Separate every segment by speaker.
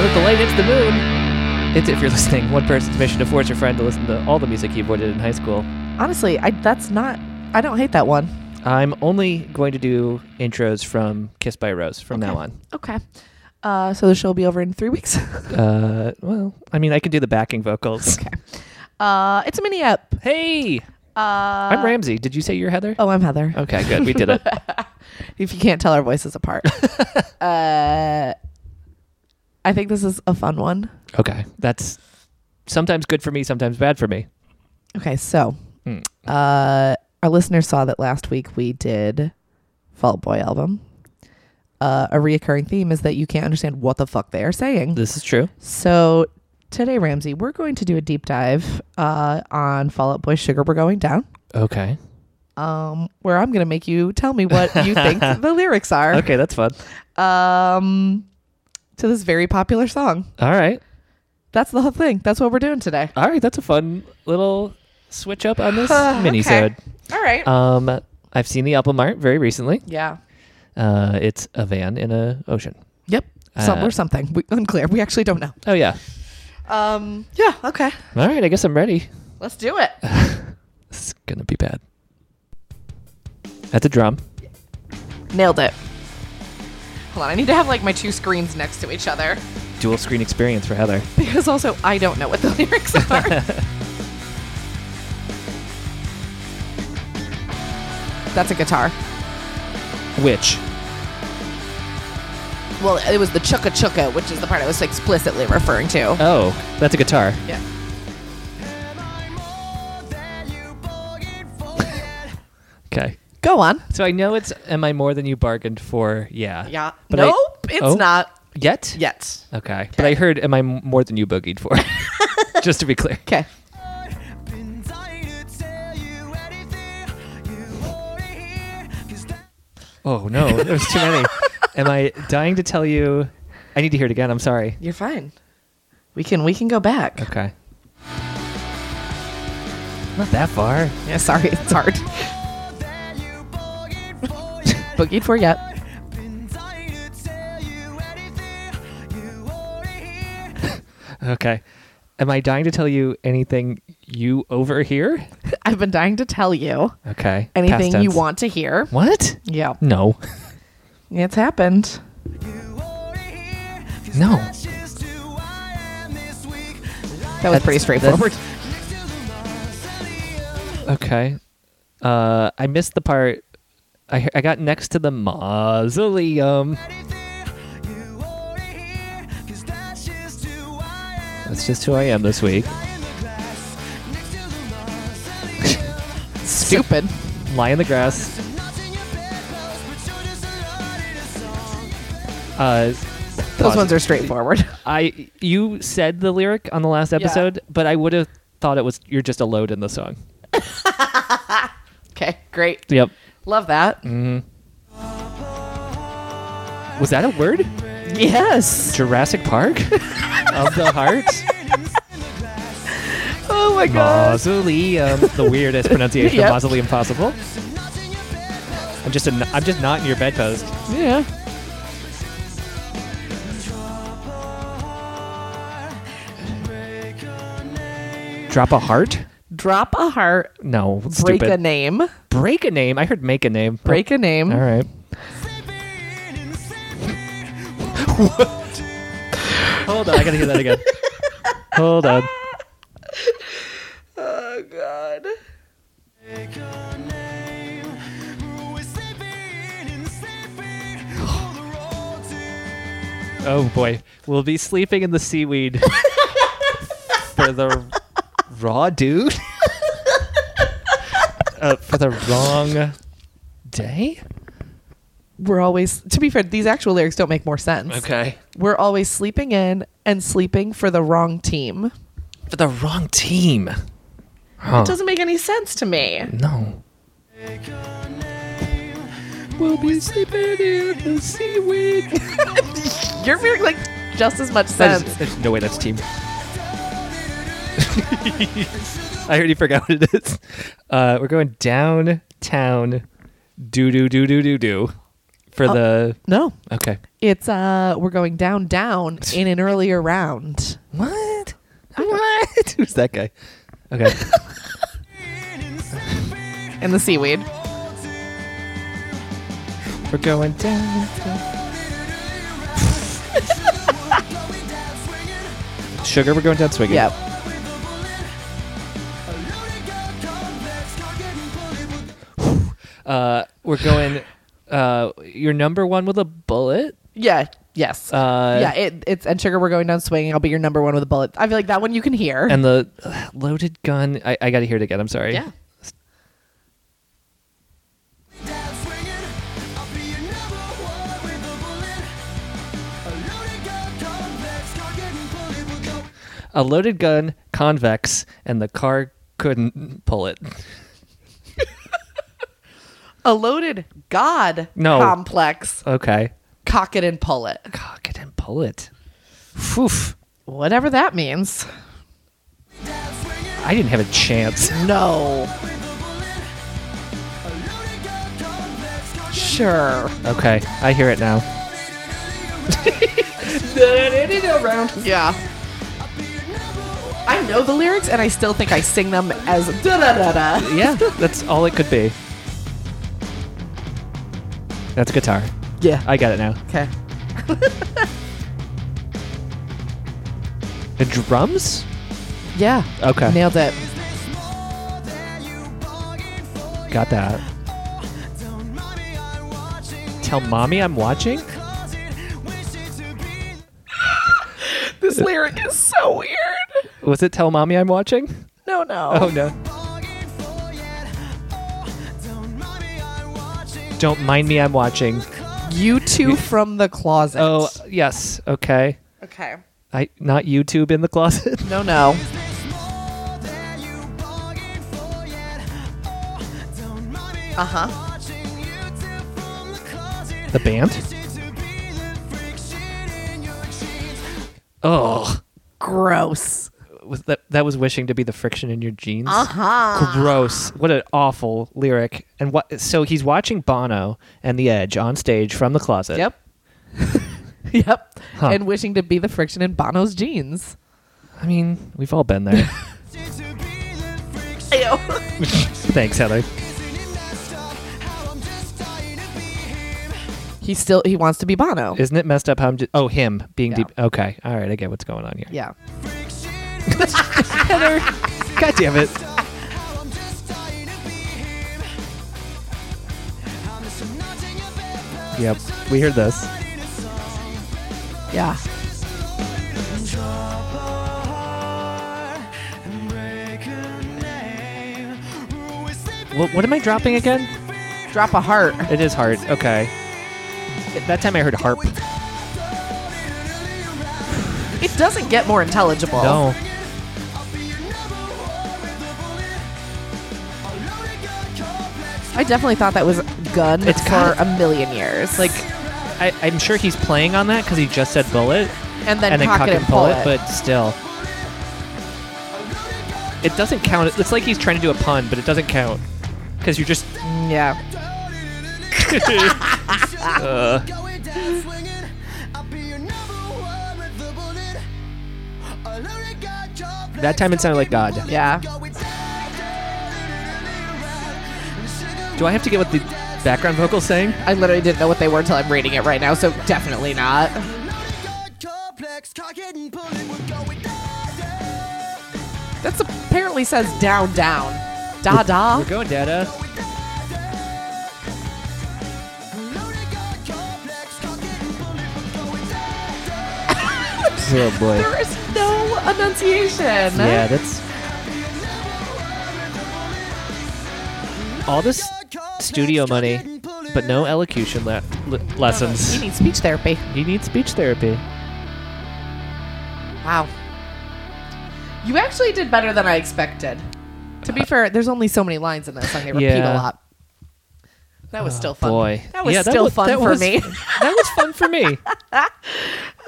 Speaker 1: with the light hits the moon. It's if you're listening, one person's mission to force your friend to listen to all the music he avoided in high school.
Speaker 2: Honestly, I that's not. I don't hate that one.
Speaker 1: I'm only going to do intros from Kiss by a Rose from now on.
Speaker 2: Okay. Uh, so the show will be over in three weeks.
Speaker 1: Uh, well, I mean, I could do the backing vocals.
Speaker 2: okay. Uh, it's a mini up.
Speaker 1: Hey,
Speaker 2: Uh,
Speaker 1: I'm Ramsey. Did you say you're Heather?
Speaker 2: Oh, I'm Heather.
Speaker 1: Okay, good. We did it.
Speaker 2: If you can't tell our voices apart. uh, I think this is a fun one.
Speaker 1: Okay, that's sometimes good for me, sometimes bad for me.
Speaker 2: Okay, so
Speaker 1: Hmm.
Speaker 2: uh, our listeners saw that last week we did Fall Out Boy album. Uh, a reoccurring theme is that you can't understand what the fuck they are saying.
Speaker 1: This is true.
Speaker 2: So today, Ramsey, we're going to do a deep dive uh, on Fall Out Boy Sugar We're Going Down,
Speaker 1: Okay.
Speaker 2: um, where I'm going to make you tell me what you think the lyrics are
Speaker 1: Okay, that's fun.
Speaker 2: um, to this very popular song.
Speaker 1: All right.
Speaker 2: That's the whole thing. That's what we're doing today.
Speaker 1: All right, that's a fun little switch up on this minisode.
Speaker 2: All right.
Speaker 1: Um, I've seen the album art very recently.
Speaker 2: yeah.
Speaker 1: Uh, it's a van in a ocean.
Speaker 2: Yep. Some
Speaker 1: Uh,
Speaker 2: or something. We, unclear. We actually don't know.
Speaker 1: Oh yeah.
Speaker 2: Um. Yeah. Okay.
Speaker 1: All right, I guess I'm ready.
Speaker 2: Let's do it.
Speaker 1: This is gonna be bad. That's a drum.
Speaker 2: Nailed it. Hold on. I need to have like my two screens next to each other
Speaker 1: Dual screen experience for Heather.
Speaker 2: because also I don't know what the lyrics are. That's a guitar.
Speaker 1: Which?
Speaker 2: Well, it was the chuka chuka, which is the part I was explicitly referring to.
Speaker 1: Oh, that's a guitar.
Speaker 2: yeah.
Speaker 1: Okay.
Speaker 2: Go on.
Speaker 1: So I know it's "Am I More Than You Bargained For?" Yeah.
Speaker 2: Yeah.
Speaker 1: But I-
Speaker 2: nope. it's
Speaker 1: Oh?
Speaker 2: not
Speaker 1: Yet.
Speaker 2: yet.
Speaker 1: Okay. But I heard "Am I m- More Than You Boogied For?" Just to be clear.
Speaker 2: Okay.
Speaker 1: Oh no, there's too many. Am I dying to tell you? I need to hear it again. I'm sorry.
Speaker 2: You're fine. We can we can go back.
Speaker 1: Okay. Not that far.
Speaker 2: Yeah, sorry, it's hard. Boogied for yet.
Speaker 1: Okay. Am I dying to tell you anything you over here?
Speaker 2: I've been dying to tell you
Speaker 1: Okay. Past
Speaker 2: anything you
Speaker 1: tense.
Speaker 2: want to hear.
Speaker 1: What?
Speaker 2: Yeah.
Speaker 1: No.
Speaker 2: It's happened.
Speaker 1: No.
Speaker 2: That was pretty straightforward.
Speaker 1: Okay. Uh, I missed the part. I he- I got next to the mausoleum. That's just who I am this week.
Speaker 2: Stupid.
Speaker 1: Lie in the grass. Uh,
Speaker 2: Those
Speaker 1: pause.
Speaker 2: ones are straightforward.
Speaker 1: I you said the lyric on the last episode, but I would have thought it was you're just alone in the song.
Speaker 2: Okay, great.
Speaker 1: Yep.
Speaker 2: Love that.
Speaker 1: Was that a word?
Speaker 2: Yes.
Speaker 1: Jurassic Park of the heart.
Speaker 2: Oh my gosh.
Speaker 1: Mausoleum, the weirdest pronunciation
Speaker 2: Yep.
Speaker 1: of mausoleum possible. I'm just a, I'm just not in your bedpost.
Speaker 2: Yeah.
Speaker 1: Drop a heart?
Speaker 2: Drop a heart.
Speaker 1: No,
Speaker 2: Break
Speaker 1: stupid.
Speaker 2: a name.
Speaker 1: break a name. I heard make a name. Oh,
Speaker 2: Break a name.
Speaker 1: All right. Hold on, I gotta hear that again. Hold on.
Speaker 2: Oh god.
Speaker 1: Oh boy, we'll be sleeping in the seaweed for the raw dude. uh, for the wrong day.
Speaker 2: We're always to be fair, these actual lyrics don't make more sense.
Speaker 1: Okay.
Speaker 2: We're always sleeping in and sleeping for the wrong team.
Speaker 1: For the wrong team. Huh.
Speaker 2: It doesn't make any sense to me.
Speaker 1: No. We'll be sleeping in the seaweed.
Speaker 2: You're feeling like just as much
Speaker 1: That
Speaker 2: sense.
Speaker 1: is, there's no way that's team. I already forgot what it is. Uh, we're going downtown, do do do do do do, for the
Speaker 2: No.
Speaker 1: okay.
Speaker 2: It's uh we're going down down in an earlier round.
Speaker 1: What? What? Who's that guy? Okay.
Speaker 2: And the seaweed.
Speaker 1: We're going down. Sugar, we're going down swinging.
Speaker 2: Yep.
Speaker 1: Uh, we're going. Uh, your number one with a bullet.
Speaker 2: Yeah. Yes.
Speaker 1: Uh,
Speaker 2: yeah. It, it's and sugar. We're going down swinging. I'll be your number one with a bullet. I feel like that one you can hear.
Speaker 1: And the uh, loaded gun. I, I got to hear it again. I'm sorry.
Speaker 2: yeah.
Speaker 1: A loaded gun, convex, and the car couldn't pull it.
Speaker 2: A loaded god
Speaker 1: No.
Speaker 2: complex.
Speaker 1: Okay.
Speaker 2: Cock it and pull it.
Speaker 1: Cock it and pull it. Phew.
Speaker 2: Whatever that means.
Speaker 1: I didn't have a chance.
Speaker 2: No. Sure.
Speaker 1: Okay. I hear it now.
Speaker 2: Yeah. I know the lyrics and I still think I sing them as da da da da.
Speaker 1: Yeah, that's all it could be. That's guitar.
Speaker 2: Yeah.
Speaker 1: I got it now.
Speaker 2: okay.
Speaker 1: The drums?
Speaker 2: Yeah.
Speaker 1: Okay.
Speaker 2: Nailed it.
Speaker 1: Got that. Tell mommy I'm watching?
Speaker 2: This lyric is so weird.
Speaker 1: Was it tell mommy I'm watching?
Speaker 2: No, no.
Speaker 1: Oh no. Don't mind me I'm watching.
Speaker 2: You two from the closet.
Speaker 1: Oh, yes. Okay.
Speaker 2: Okay.
Speaker 1: I not YouTube in the closet.
Speaker 2: No, no. Uh huh.
Speaker 1: The band? Oh,
Speaker 2: Gross.
Speaker 1: was that that was wishing to be the friction in your jeans?
Speaker 2: huh.
Speaker 1: Gross. What an awful lyric. And what so he's watching Bono and The Edge on stage from the closet.
Speaker 2: Yep. yep.
Speaker 1: Huh.
Speaker 2: And wishing to be the friction in Bono's jeans.
Speaker 1: I mean, we've all been there. Thanks, Heather.
Speaker 2: he still he wants to be Bono.
Speaker 1: Isn't it messed up how I'm just, oh, him being
Speaker 2: Yeah.
Speaker 1: deep. Okay. All right. I get what's going on here.
Speaker 2: yeah.
Speaker 1: God damn it. Yep. We heard this.
Speaker 2: Yeah.
Speaker 1: What, what am I dropping again?
Speaker 2: Drop a heart.
Speaker 1: It is heart. Okay. That time I heard harp.
Speaker 2: It doesn't get more intelligible.
Speaker 1: No.
Speaker 2: I definitely thought that was gun
Speaker 1: It's
Speaker 2: for
Speaker 1: got-
Speaker 2: a million years.
Speaker 1: Like, I, I'm sure he's playing on that because he just said bullet.
Speaker 2: and then,
Speaker 1: and then
Speaker 2: cock, it and pull it.
Speaker 1: but still. It doesn't count. It's like he's trying to do a pun, but it doesn't count. Because you're just.
Speaker 2: yeah.
Speaker 1: Uh,
Speaker 3: That time it sounded like God.
Speaker 2: Yeah.
Speaker 1: do I have to get what the background vocal's saying?
Speaker 2: I literally didn't know what they were until I'm reading it right now, so definitely not. That's apparently says down down. Da da.
Speaker 1: We're going, Dada. Oh boy.
Speaker 2: There is no enunciation.
Speaker 1: Yeah, that's. All this studio money, but no elocution le- le-
Speaker 2: You
Speaker 1: lessons.
Speaker 2: need speech therapy.
Speaker 1: You need speech therapy.
Speaker 2: Wow. You actually did better than I expected. To be fair, there's only so many lines in this, and they repeat
Speaker 1: Yeah. Oh,
Speaker 2: a lot. That was still fun.
Speaker 1: Boy,
Speaker 2: That was
Speaker 1: Yeah,
Speaker 2: still
Speaker 1: wa-
Speaker 2: fun
Speaker 1: that
Speaker 2: for
Speaker 1: was-
Speaker 2: me. Oh
Speaker 1: that was fun for me.
Speaker 2: I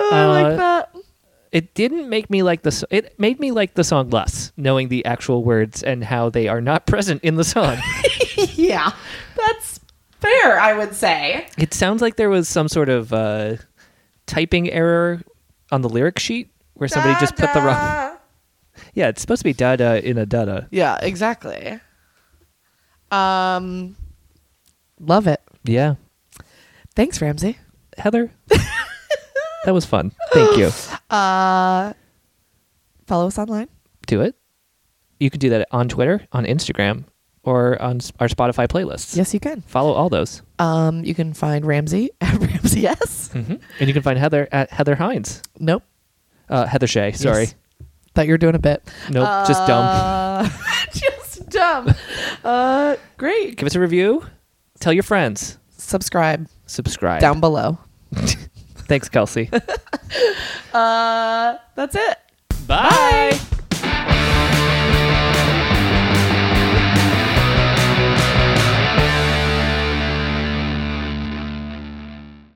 Speaker 1: Uh,
Speaker 2: like that.
Speaker 1: It didn't make me like the. s- It made me like the song less, knowing the actual words and how they are not present in the song.
Speaker 2: Yeah. That's fair, I would say.
Speaker 1: it sounds like there was some sort of uh, typing error on the lyric sheet where somebody just put the wrong. Yeah, it's supposed to be da da in a da da.
Speaker 2: Yeah, exactly. Um, love it.
Speaker 1: Yeah,
Speaker 2: Thanks, Ramsey.
Speaker 1: Heather, that was fun. Thank you.
Speaker 2: Uh, follow us online.
Speaker 1: Do it. You can do that on Twitter, on Instagram, or on s- our Spotify playlists.
Speaker 2: Yes, you can.
Speaker 1: Follow all those.
Speaker 2: Um, you can find Ramsey at Ramsey S.
Speaker 1: hmm And you can find Heather at Heather Hines.
Speaker 2: Nope.
Speaker 1: Uh, Heather Shea, sorry.
Speaker 2: Yes. Thought you were doing a bit.
Speaker 1: Nope, just dumb.
Speaker 2: Uh, just dumb. Uh, great.
Speaker 1: Give us a review. Tell your friends.
Speaker 2: Subscribe
Speaker 1: Subscribe.
Speaker 2: down below.
Speaker 1: Thanks, Kelsey.
Speaker 2: Uh, that's it.
Speaker 1: Bye.